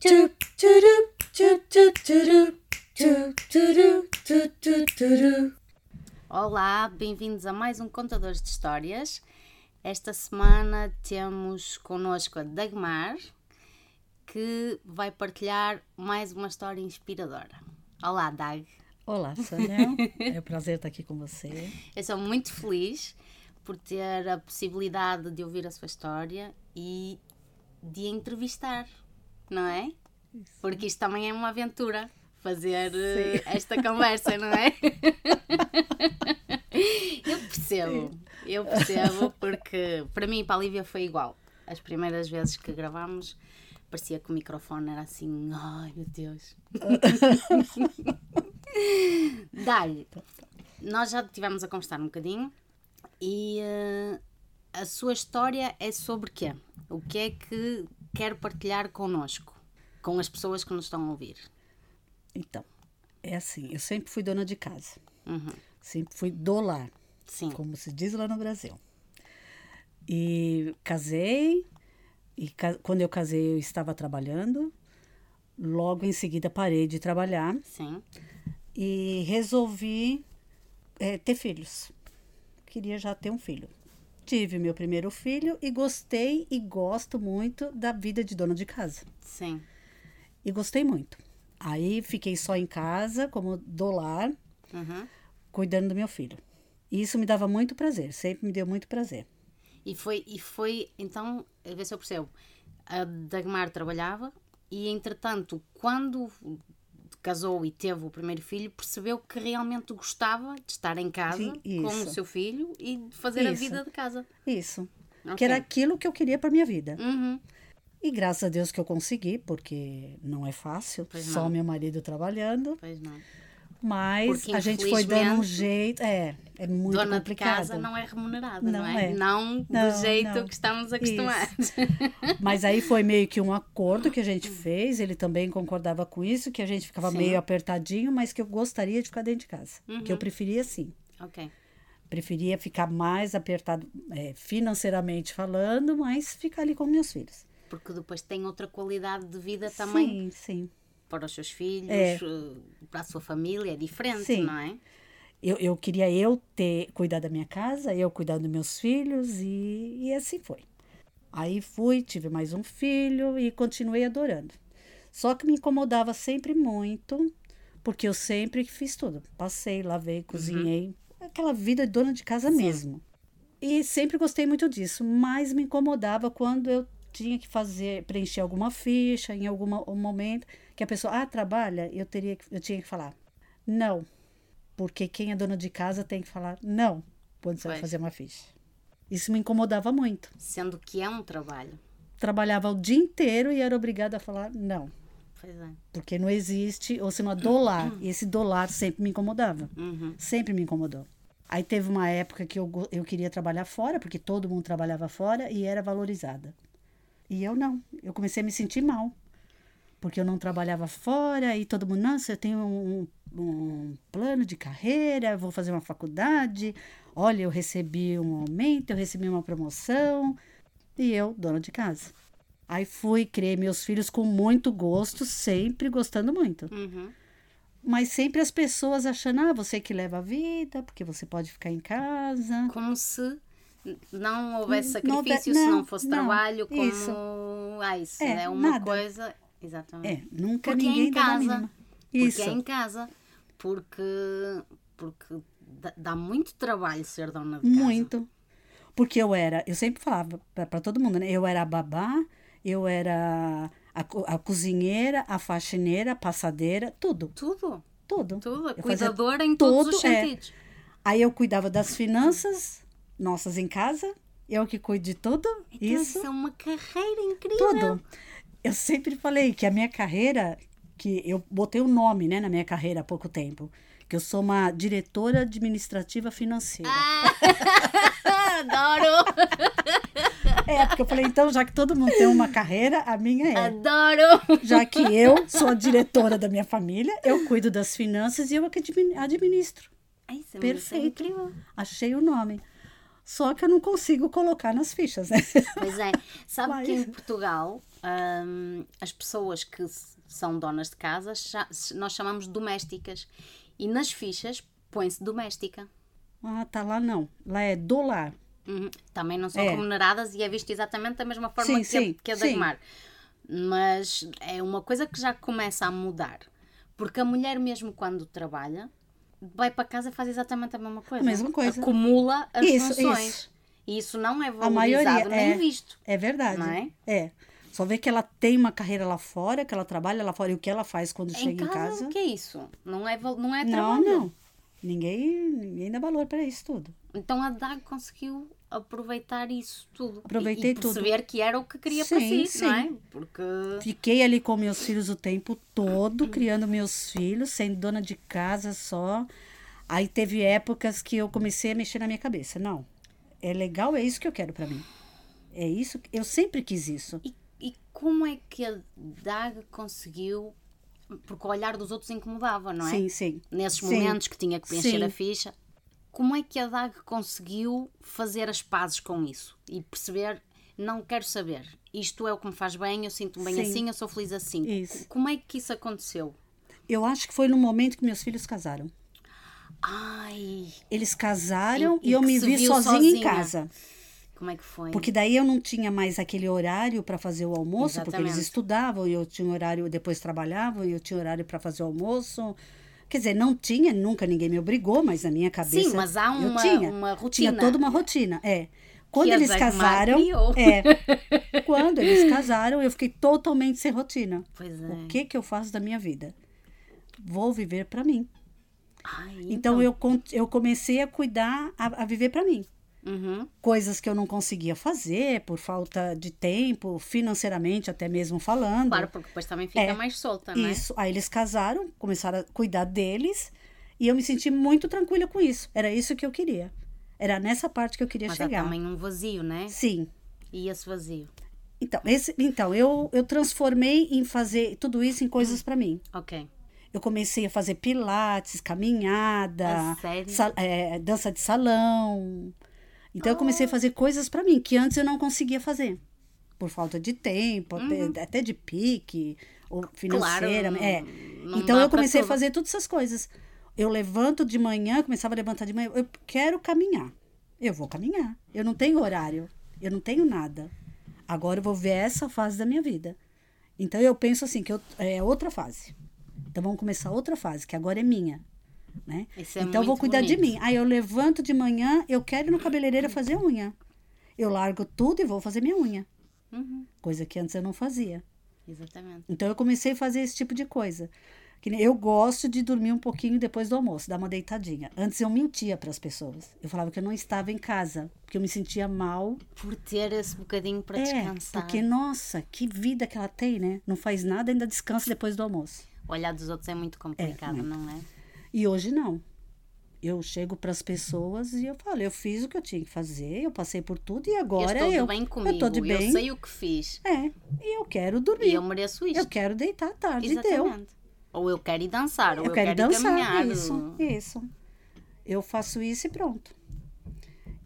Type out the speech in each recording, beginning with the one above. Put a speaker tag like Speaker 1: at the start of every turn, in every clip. Speaker 1: Tu, turu, tu, tu, turu, tu, turu, tu, tu, turu.
Speaker 2: Olá, bem-vindos a mais um Contadores de Histórias. Esta semana temos connosco a Dagmar, que vai partilhar mais uma história inspiradora. Olá, Dag.
Speaker 3: Olá, Sônia. é um prazer estar aqui com você.
Speaker 2: Eu sou muito feliz por ter a possibilidade de ouvir a sua história e de a entrevistar, não é? Porque isto também é uma aventura fazer eh, esta conversa, não é? eu percebo, eu percebo, porque para mim e para a Lívia foi igual. As primeiras vezes que gravámos, parecia que o microfone era assim, ai meu Deus. Dá-lhe, nós já estivemos a conversar um bocadinho e eh, a sua história é sobre quê? O que é que quer partilhar connosco, com as pessoas que nos estão a ouvir?
Speaker 3: Então, é assim, eu sempre fui dona de casa. Sempre fui do lar,
Speaker 2: Sim.
Speaker 3: como se diz lá no Brasil. E casei, e ca- quando eu casei eu estava trabalhando. Logo em seguida parei de trabalhar
Speaker 2: Sim,
Speaker 3: e resolvi eh, ter filhos. Queria já ter um filho. Tive meu primeiro filho e gostei e gosto muito da vida de dona de casa.
Speaker 2: sim,
Speaker 3: e gostei muito. Aí fiquei só em casa, como do lar,
Speaker 2: uhum.
Speaker 3: cuidando do meu filho. E isso me dava muito prazer, sempre me deu muito prazer.
Speaker 2: E foi, e foi, então, a ver se eu percebo. A Dagmar trabalhava e, entretanto, quando casou e teve o primeiro filho, percebeu que realmente gostava de estar em casa
Speaker 3: Sim,
Speaker 2: com o
Speaker 3: isso.
Speaker 2: seu filho e de fazer a
Speaker 3: Isso.
Speaker 2: vida de casa.
Speaker 3: Isso.
Speaker 2: Ok.
Speaker 3: Que era aquilo que eu queria para minha vida.
Speaker 2: Uhum.
Speaker 3: E graças a Deus que eu consegui, porque não é fácil,
Speaker 2: Pois
Speaker 3: só
Speaker 2: não.
Speaker 3: meu marido trabalhando,
Speaker 2: Pois não.
Speaker 3: mas
Speaker 2: Porque,
Speaker 3: a gente foi dando um
Speaker 2: infelizmente,
Speaker 3: jeito, é, é muito
Speaker 2: Dona
Speaker 3: complicado.
Speaker 2: de casa não é remunerada, não,
Speaker 3: Não
Speaker 2: é?
Speaker 3: é.
Speaker 2: Não, do
Speaker 3: Não,
Speaker 2: jeito
Speaker 3: não.
Speaker 2: que estamos
Speaker 3: Isso.
Speaker 2: acostumados.
Speaker 3: Mas aí foi meio que um acordo que a gente fez, ele também concordava com isso, que a gente ficava
Speaker 2: Sim.
Speaker 3: meio apertadinho, mas que eu gostaria de ficar dentro de casa, que
Speaker 2: Uhum.
Speaker 3: eu preferia assim.
Speaker 2: ok.
Speaker 3: preferia ficar mais apertado eh, financeiramente falando, mas ficar ali com meus filhos.
Speaker 2: Porque depois tem outra qualidade de vida também
Speaker 3: Sim, sim.
Speaker 2: para os seus filhos,
Speaker 3: É.
Speaker 2: eh, para a sua família, é diferente,
Speaker 3: Sim.
Speaker 2: não é?
Speaker 3: Eu, eu queria eu ter cuidar da minha casa, eu cuidar dos meus filhos e, e assim foi. Aí fui, tive mais um filho e continuei adorando. Só que me incomodava sempre muito, porque eu sempre fiz tudo. Passei, lavei, cozinhei. Aquela vida de dona de casa mesmo. E sempre gostei muito disso, mas me incomodava quando eu tinha que fazer, preencher alguma ficha em algum momento, que a pessoa, ah, trabalha, eu teria que- eu tinha que falar, não. Porque quem é dona de casa tem que falar não quando você vai
Speaker 2: Pois.
Speaker 3: fazer uma ficha. Isso me incomodava muito.
Speaker 2: Sendo que é um trabalho.
Speaker 3: Trabalhava o dia inteiro e era obrigada a falar não,
Speaker 2: Pois é.
Speaker 3: porque não existe, ou senão, dolar. E esse dolar sempre me incomodava.
Speaker 2: Uhum.
Speaker 3: Sempre me incomodou. Aí teve uma época que eu, go- eu queria trabalhar fora, porque todo mundo trabalhava fora e era valorizada. E eu não. Eu comecei a me sentir mal. Porque eu não trabalhava fora e todo mundo, nossa, eu tenho um, um plano de carreira, vou fazer uma faculdade. Olha, eu recebi um aumento, eu recebi uma promoção. E eu, dona de casa. Aí fui, criei meus filhos com muito gosto, sempre gostando muito
Speaker 2: Uhum.
Speaker 3: mas sempre as pessoas achando, ah, você que leva a vida, porque você pode ficar em casa.
Speaker 2: Como se n- não houvesse
Speaker 3: Não houve-
Speaker 2: sacrifício, se
Speaker 3: não,
Speaker 2: não fosse
Speaker 3: não,
Speaker 2: trabalho, como.
Speaker 3: isso.
Speaker 2: Ah, isso é,
Speaker 3: É,
Speaker 2: uma
Speaker 3: nada.
Speaker 2: coisa. Exatamente.
Speaker 3: É, nunca
Speaker 2: Porque é
Speaker 3: ninguém
Speaker 2: em
Speaker 3: dá
Speaker 2: casa.
Speaker 3: a mínima.
Speaker 2: Porque
Speaker 3: Isso.
Speaker 2: é em casa. Porque. Porque dá, dá muito trabalho ser dona de casa.
Speaker 3: Muito. Porque eu era, eu sempre falava pra pra todo mundo, né? Eu era a babá, eu era a, co- a cozinheira, a faxineira, a passadeira, tudo,
Speaker 2: Tudo.
Speaker 3: tudo.
Speaker 2: Tudo. A
Speaker 3: Eu fazia
Speaker 2: cuidadora em todos
Speaker 3: tudo,
Speaker 2: os
Speaker 3: é.
Speaker 2: sentidos.
Speaker 3: Aí eu cuidava das finanças nossas em casa, eu que cuido de tudo,
Speaker 2: Então,
Speaker 3: isso.
Speaker 2: isso. é uma carreira incrível.
Speaker 3: tudo. Eu sempre falei que a minha carreira, que eu botei o nome, né, na minha carreira há pouco tempo, que eu sou uma diretora administrativa financeira.
Speaker 2: Ah. Adoro!
Speaker 3: É, porque eu falei, então, já que todo mundo tem uma carreira, a minha é.
Speaker 2: Adoro!
Speaker 3: Já que eu sou a diretora da minha família, eu cuido das finanças e eu que admi- administro.
Speaker 2: Ai, Isso é uma- isso é
Speaker 3: Perfeito.
Speaker 2: incrível.
Speaker 3: Achei o nome. Só que eu não consigo colocar nas fichas, né?
Speaker 2: Pois é. Sabe
Speaker 3: Mas-
Speaker 2: que em Portugal hum, as pessoas que s- são donas de casa, cha- nós chamamos domésticas. E nas fichas põe-se doméstica.
Speaker 3: Ah, tá lá não. Lá é dólar.
Speaker 2: Uhum. Também não são
Speaker 3: É.
Speaker 2: remuneradas e é visto exatamente da mesma forma
Speaker 3: Sim,
Speaker 2: que, a,
Speaker 3: sim,
Speaker 2: que a
Speaker 3: sim.
Speaker 2: Dagmar. Mas é uma coisa que já começa a mudar. Porque a mulher, mesmo quando trabalha, vai para casa e faz exatamente a mesma coisa.
Speaker 3: mesma coisa.
Speaker 2: Acumula as
Speaker 3: Isso,
Speaker 2: funções.
Speaker 3: isso.
Speaker 2: E isso não é
Speaker 3: A
Speaker 2: valorizado
Speaker 3: maioria
Speaker 2: nem
Speaker 3: é,
Speaker 2: visto.
Speaker 3: É verdade.
Speaker 2: Não é?
Speaker 3: Só vê que ela tem uma carreira lá fora, que ela trabalha lá fora e o que ela faz quando
Speaker 2: Em
Speaker 3: chega
Speaker 2: casa,
Speaker 3: em casa.
Speaker 2: o que é isso? Não é, val- não é
Speaker 3: não,
Speaker 2: trabalho.
Speaker 3: não. Ninguém, ninguém dá valor para isso tudo.
Speaker 2: Então a Dag conseguiu aproveitar isso tudo. E-
Speaker 3: Aproveitei
Speaker 2: e
Speaker 3: tudo.
Speaker 2: perceber que era o que queria para si,
Speaker 3: Sim,
Speaker 2: não é?
Speaker 3: sim.
Speaker 2: Porque
Speaker 3: Fiquei ali com meus filhos o tempo todo, criando meus filhos, sendo dona de casa só. Aí teve épocas que eu comecei a mexer na minha cabeça. Não, é legal, é isso que eu quero para mim. É isso, que- eu sempre quis isso.
Speaker 2: E, e como é que a Dag conseguiu? Porque o olhar dos outros incomodava, não é?
Speaker 3: Sim, sim.
Speaker 2: Nesses
Speaker 3: Sim.
Speaker 2: momentos que tinha que preencher
Speaker 3: Sim.
Speaker 2: a ficha. Como é que a Dag conseguiu fazer as pazes com isso e perceber? Não quero saber. Isto é o que me faz bem, eu sinto-me bem
Speaker 3: Sim.
Speaker 2: assim, eu sou feliz assim.
Speaker 3: Isso.
Speaker 2: Como é que isso aconteceu?
Speaker 3: Eu acho que foi no momento que meus filhos casaram.
Speaker 2: Ai,
Speaker 3: Eles casaram
Speaker 2: E-
Speaker 3: e,
Speaker 2: e
Speaker 3: eu
Speaker 2: que
Speaker 3: me
Speaker 2: se
Speaker 3: vi
Speaker 2: viu
Speaker 3: sozinha, em
Speaker 2: sozinha.
Speaker 3: casa.
Speaker 2: como é que foi?
Speaker 3: Porque daí eu não tinha mais aquele horário para fazer o almoço, porque eles
Speaker 2: Exatamente.
Speaker 3: estudavam e eu tinha um horário, depois trabalhavam e eu tinha horário para fazer o almoço. Quer dizer, não tinha, nunca ninguém me obrigou, mas na minha cabeça.
Speaker 2: Sim, mas há
Speaker 3: eu
Speaker 2: uma-
Speaker 3: tinha,
Speaker 2: uma rotina.
Speaker 3: Tinha toda uma rotina, é. Quando
Speaker 2: a
Speaker 3: eles
Speaker 2: Dagmar
Speaker 3: casaram.
Speaker 2: criou.
Speaker 3: É. Quando eles casaram, eu fiquei totalmente sem rotina.
Speaker 2: Pois é.
Speaker 3: O que que eu faço da minha vida? Vou viver para mim.
Speaker 2: Ai,
Speaker 3: Então, eu, con- eu comecei a cuidar, a, a viver para mim.
Speaker 2: Uhum.
Speaker 3: Coisas que eu não conseguia fazer por falta de tempo, financeiramente até mesmo falando.
Speaker 2: Claro, porque depois também fica
Speaker 3: É.
Speaker 2: mais solta, não é?
Speaker 3: Isso. Aí eles casaram, começaram a cuidar deles e eu me senti muito tranquila com isso. Era isso que eu queria. Era nessa parte que eu queria
Speaker 2: Mas há
Speaker 3: chegar.
Speaker 2: também um vazio, né?
Speaker 3: Sim.
Speaker 2: E esse vazio.
Speaker 3: Então, esse, então eu, eu transformei em fazer tudo isso em coisas
Speaker 2: Hum.
Speaker 3: para mim.
Speaker 2: Ok.
Speaker 3: Eu comecei a fazer pilates, caminhada,
Speaker 2: A sério?
Speaker 3: sa- é, dança de salão. Então eu
Speaker 2: Ah.
Speaker 3: comecei a fazer coisas pra mim que antes eu não conseguia fazer. Por falta de tempo, até- até de pique, ou financeira.
Speaker 2: Uhum. não-
Speaker 3: é.
Speaker 2: não
Speaker 3: então
Speaker 2: dá
Speaker 3: eu
Speaker 2: pra
Speaker 3: comecei a
Speaker 2: tudo.
Speaker 3: fazer todas essas coisas. Eu levanto de manhã, começava a levantar de manhã, eu quero caminhar. Eu vou caminhar. Eu não tenho horário, eu não tenho nada. Agora eu vou ver essa fase da minha vida. Então eu penso assim, que eu- é outra fase. Então vamos começar outra fase, que agora é minha. Né?
Speaker 2: Isso é
Speaker 3: então eu vou
Speaker 2: muito
Speaker 3: cuidar de
Speaker 2: bonito.
Speaker 3: mim. Aí eu levanto de manhã, eu quero ir no cabeleireiro fazer unha. Eu largo tudo e vou fazer minha unha.
Speaker 2: Uhum.
Speaker 3: Coisa que antes eu não fazia.
Speaker 2: Exatamente.
Speaker 3: Então eu comecei a fazer esse tipo de coisa. Que nem- eu gosto de dormir um pouquinho depois do almoço, dar uma deitadinha. Antes eu mentia para as pessoas. Eu falava que eu não estava em casa, porque eu me sentia mal.
Speaker 2: Por ter esse bocadinho para
Speaker 3: é,
Speaker 2: descansar.
Speaker 3: porque nossa, que vida que ela tem, né? Não faz nada, ainda descansa depois do almoço.
Speaker 2: O olhar dos outros é muito complicado,
Speaker 3: muito.
Speaker 2: não é?
Speaker 3: E hoje não. Eu chego para as pessoas e eu falo, eu fiz o que eu tinha que fazer, eu passei por tudo e agora
Speaker 2: eu estou
Speaker 3: eu,
Speaker 2: de bem comigo.
Speaker 3: eu tô de bem.
Speaker 2: sei o que fiz.
Speaker 3: É, e eu quero
Speaker 2: E
Speaker 3: dormir.
Speaker 2: eu
Speaker 3: Eu,
Speaker 2: mereço isto.
Speaker 3: quero deitar à tarde, deu.
Speaker 2: Exatamente. Ou eu quero ir dançar, ou
Speaker 3: eu quero,
Speaker 2: ir
Speaker 3: dançar, é
Speaker 2: caminhar.
Speaker 3: isso, isso. Eu faço isso e pronto.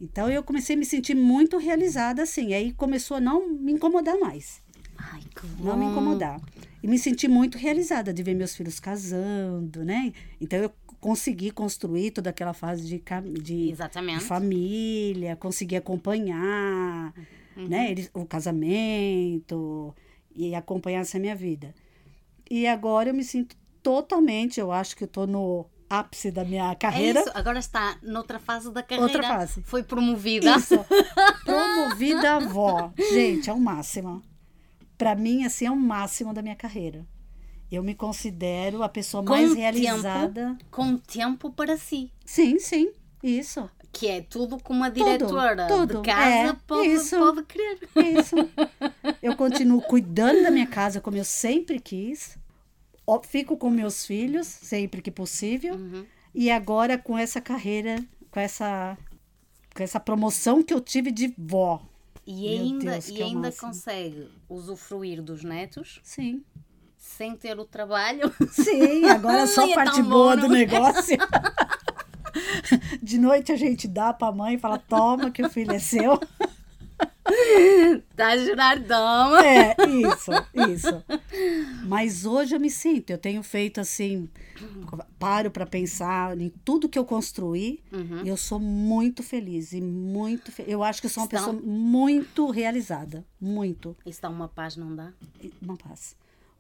Speaker 3: Então eu comecei a me sentir muito realizada assim, aí começou a não me incomodar mais,
Speaker 2: Ai, que bom.
Speaker 3: não me incomodar. E me senti muito realizada de ver meus filhos casando, né? Então eu consegui construir toda aquela fase de, cam- de de
Speaker 2: Exatamente.
Speaker 3: família, conseguir acompanhar,
Speaker 2: Uhum.
Speaker 3: né? eles- o casamento e acompanhar essa minha vida. E agora eu me sinto totalmente, eu acho que eu tô no ápice da minha
Speaker 2: É
Speaker 3: carreira.
Speaker 2: isso, Uhum. agora está noutra fase da carreira.
Speaker 3: fase.
Speaker 2: Foi promovida.
Speaker 3: Isso. Promovida avó. Gente, é o máximo. Pra mim, assim, é o máximo da minha carreira. Eu me considero a pessoa
Speaker 2: Com
Speaker 3: mais
Speaker 2: tempo.
Speaker 3: realizada.
Speaker 2: Com tempo para si.
Speaker 3: Sim, sim. Isso.
Speaker 2: Que é tudo que uma diretora
Speaker 3: tudo.
Speaker 2: de casa
Speaker 3: É,
Speaker 2: pode,
Speaker 3: isso.
Speaker 2: pode querer.
Speaker 3: É Isso. Eu continuo cuidando da minha casa como eu sempre quis. Ó, Fico com meus filhos sempre que possível.
Speaker 2: Uhum.
Speaker 3: E agora com essa carreira, com essa, com essa promoção que eu tive de vó.
Speaker 2: E
Speaker 3: Meu
Speaker 2: ainda,
Speaker 3: Deus,
Speaker 2: e
Speaker 3: que é o
Speaker 2: ainda
Speaker 3: máximo.
Speaker 2: consegue usufruir dos netos
Speaker 3: Sim.
Speaker 2: sem ter o trabalho.
Speaker 3: Sim, agora é só
Speaker 2: Ai,
Speaker 3: a
Speaker 2: é
Speaker 3: parte
Speaker 2: tão bom,
Speaker 3: boa
Speaker 2: não
Speaker 3: do negócio. De noite a gente dá pra mãe e fala: toma, que o filho é seu.
Speaker 2: Está a gerar dama.
Speaker 3: É, isso, isso. Mas hoje eu me sinto, eu tenho feito assim, paro para pensar em tudo que eu construí,
Speaker 2: Uhum.
Speaker 3: e eu sou muito feliz e muito, fe- eu acho que eu sou uma
Speaker 2: Estão-
Speaker 3: pessoa muito realizada, muito,
Speaker 2: Isso dá uma paz, não dá?
Speaker 3: E uma paz.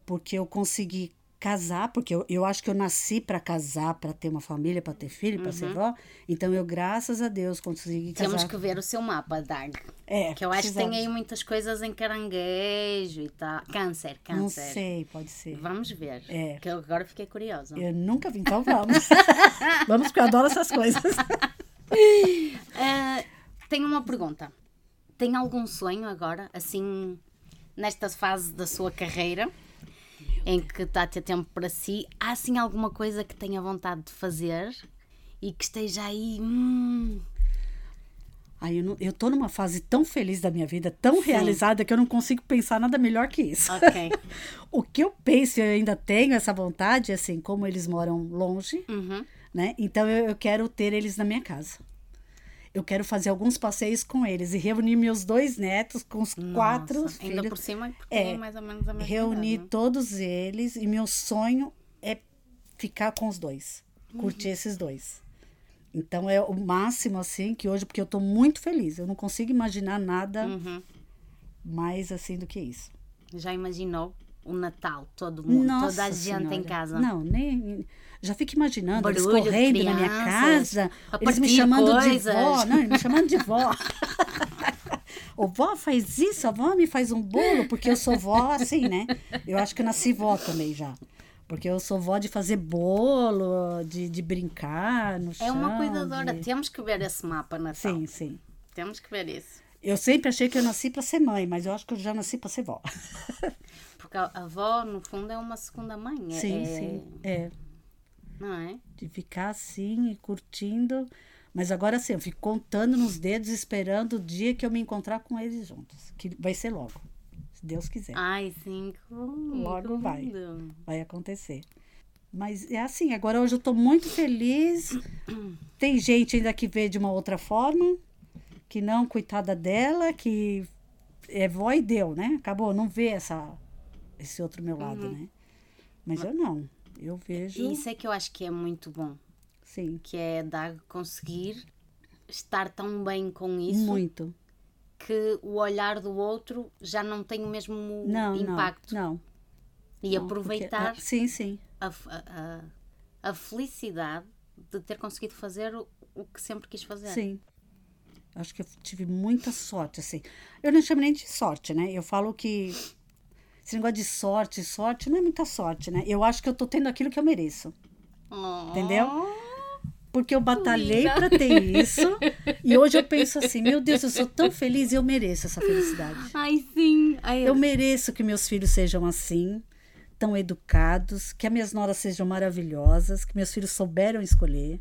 Speaker 3: Porque eu consegui casar, porque eu, eu acho que eu nasci para casar, para ter uma família, para ter filho, para ser vó. Então eu, graças a Deus, consegui casar.
Speaker 2: Uhum. Temos que ver o seu mapa, Dag.
Speaker 3: É,
Speaker 2: Que eu acho que tem
Speaker 3: precisamos.
Speaker 2: aí muitas coisas em caranguejo e tal. Câncer, câncer.
Speaker 3: Não sei, pode ser.
Speaker 2: Vamos ver.
Speaker 3: É.
Speaker 2: Que eu agora fiquei curiosa.
Speaker 3: Eu nunca vi, então vamos. vamos, porque eu adoro essas coisas.
Speaker 2: Ah, tenho uma pergunta. Tem algum sonho agora, assim, nesta fase da sua carreira, em que está a ter tempo para si? Há, assim, alguma coisa que tenha vontade de fazer e que esteja aí. hum,
Speaker 3: Aí eu, não- eu tô numa fase tão feliz da minha vida, tão realizada, que eu não consigo pensar nada melhor que isso.
Speaker 2: ok.
Speaker 3: O que eu penso, e eu ainda tenho essa vontade, assim, como eles moram longe,
Speaker 2: Uhum.
Speaker 3: né? Então eu, eu quero ter eles na minha casa. Eu quero fazer alguns passeios com eles e reunir meus dois netos com os quatro
Speaker 2: Nossa, Ainda por
Speaker 3: filhos.
Speaker 2: cima, porque
Speaker 3: É,
Speaker 2: tem mais ou menos a mesma
Speaker 3: Reunir
Speaker 2: idade, não
Speaker 3: todos eles e meu sonho é ficar com os dois,
Speaker 2: Uhum.
Speaker 3: curtir esses dois. Então é o máximo assim que hoje, porque eu tô muito feliz. Eu não consigo imaginar nada
Speaker 2: é? Uhum.
Speaker 3: mais assim do que isso.
Speaker 2: Já imaginou o Natal, todo mundo, Hum, toda a gente em
Speaker 3: Senhora.
Speaker 2: casa?
Speaker 3: Não, nem. Já fico imaginando
Speaker 2: Barulho
Speaker 3: eles
Speaker 2: de
Speaker 3: correndo na minha
Speaker 2: crianças,
Speaker 3: casa,
Speaker 2: a
Speaker 3: eles me
Speaker 2: partir
Speaker 3: chamando de
Speaker 2: coisas.
Speaker 3: vó. Não, eles me chamando de vó. Ô, vó faz isso, a vó me faz um bolo, porque eu sou vó assim, né? Eu acho que eu nasci vó também já. Porque eu sou vó de fazer bolo, de, de brincar no chão.
Speaker 2: É uma cuidadora,
Speaker 3: de-
Speaker 2: temos que ver esse mapa Natal.
Speaker 3: Sim, sim.
Speaker 2: Temos que ver isso.
Speaker 3: Eu sempre achei que eu nasci pra ser mãe, mas eu acho que eu já nasci pra ser vó.
Speaker 2: Porque a a avó, no fundo, é uma segunda mãe. é-
Speaker 3: Sim,
Speaker 2: é-
Speaker 3: sim. É.
Speaker 2: Não é?
Speaker 3: de ficar assim e curtindo. Mas agora sim, eu fico contando nos dedos, esperando o dia que eu me encontrar com eles juntos. Que vai ser logo, se Deus quiser.
Speaker 2: Ai, sim, que lindo.
Speaker 3: Logo vai.
Speaker 2: lindo.
Speaker 3: Vai acontecer. Mas é assim, agora hoje eu tô muito feliz. Tem gente ainda que vê de uma outra forma, que não, coitada dela, que é vó e deu, né? Acabou, não vê essa, esse outro meu lado, né? Mas eu não. Eu vejo.
Speaker 2: E Uhum. isso é que eu acho que é muito bom.
Speaker 3: Sim,
Speaker 2: Que é dar conseguir estar tão bem com isso
Speaker 3: muito.
Speaker 2: que o olhar do outro já não tem o mesmo
Speaker 3: Não,
Speaker 2: impacto.
Speaker 3: não. Não.
Speaker 2: E
Speaker 3: Não, porque-
Speaker 2: aproveitar
Speaker 3: ah, sim, sim.
Speaker 2: a, f- a- a- a felicidade de ter conseguido fazer o, o que sempre quis fazer.
Speaker 3: Sim. Acho que eu tive muita sorte, assim. Eu não chamo nem de sorte, né? Eu falo que esse negócio de sorte, sorte não é muita sorte, né? Eu acho que eu tô tendo aquilo que eu mereço.
Speaker 2: Oh,
Speaker 3: Entendeu? Porque eu batalhei
Speaker 2: Linda.
Speaker 3: pra ter isso. e hoje eu penso assim, meu Deus, eu sou tão feliz e eu mereço essa felicidade.
Speaker 2: Ai, sim. Ai,
Speaker 3: Eu mereço que meus filhos sejam assim, tão educados, que as minhas noras sejam maravilhosas, que meus filhos souberam escolher.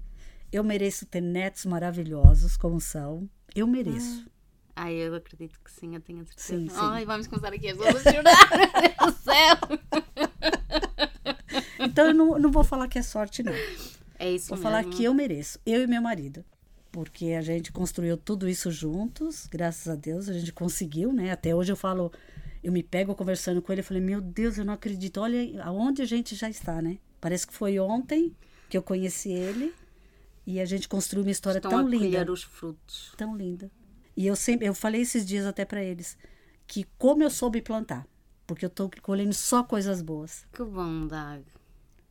Speaker 3: Eu mereço ter netos maravilhosos como são. Eu mereço.
Speaker 2: Ai, eu acredito que sim, eu tenho a certeza.
Speaker 3: Sim, sim.
Speaker 2: Ai, vamos começar aqui as duas a chorar. Meu Deus do céu.
Speaker 3: Então eu não, não vou falar que é sorte, não.
Speaker 2: É isso mesmo.
Speaker 3: Vou falar que eu mereço, eu e meu marido. Porque a gente construiu tudo isso juntos, graças a Deus, a gente conseguiu, né? Até hoje eu falo, eu me pego conversando com ele, eu falei, meu Deus, eu não acredito, olha aonde a gente já está, né? Parece que foi ontem que eu conheci ele e a gente construiu uma história
Speaker 2: Estão
Speaker 3: tão
Speaker 2: a
Speaker 3: linda
Speaker 2: colher os frutos.
Speaker 3: tão linda. E eu sempre, eu falei esses dias até para eles que como eu soube plantar, porque eu tô colhendo só coisas boas.
Speaker 2: Que bom, Dag.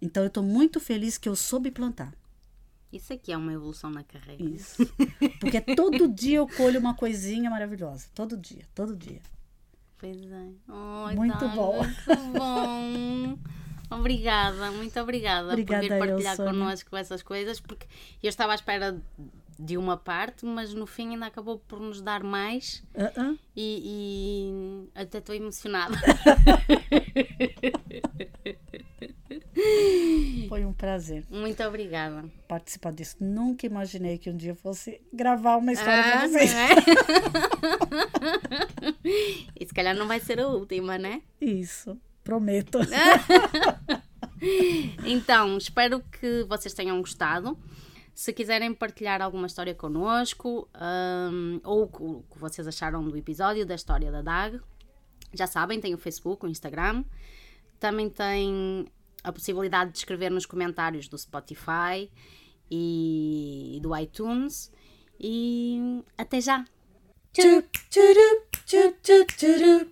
Speaker 3: Então eu tô muito feliz que eu soube plantar.
Speaker 2: Isso aqui é uma evolução na carreira.
Speaker 3: Isso. Porque todo dia eu colho uma coisinha maravilhosa, todo dia, todo dia.
Speaker 2: Pois é. Ai,
Speaker 3: Muito
Speaker 2: Dag,
Speaker 3: bom.
Speaker 2: Muito bom. Obrigada, muito obrigada, né?
Speaker 3: Obrigada
Speaker 2: por
Speaker 3: eu,
Speaker 2: vir partilhar
Speaker 3: Sónia.
Speaker 2: connosco essas coisas, porque eu estava à espera de uma parte, mas no fim ainda acabou por nos dar mais
Speaker 3: Ah, ah.
Speaker 2: e, e até estou emocionada.
Speaker 3: Foi um prazer
Speaker 2: Muito obrigada.
Speaker 3: participar disso. Nunca imaginei que um dia eu fosse gravar uma história
Speaker 2: Ah,
Speaker 3: pra vocês.
Speaker 2: não é? e se calhar não vai ser a última, né?
Speaker 3: Isso. Prometo.
Speaker 2: Então, espero que vocês tenham gostado. Se quiserem partilhar alguma história connosco hum, ou o que- o que vocês acharam do episódio da história da DAG, já sabem, tem o Facebook, o Instagram. Também tem a possibilidade de escrever nos comentários do Spotify e do iTunes. E até já!
Speaker 1: Chup, chup, chup, chup, chup.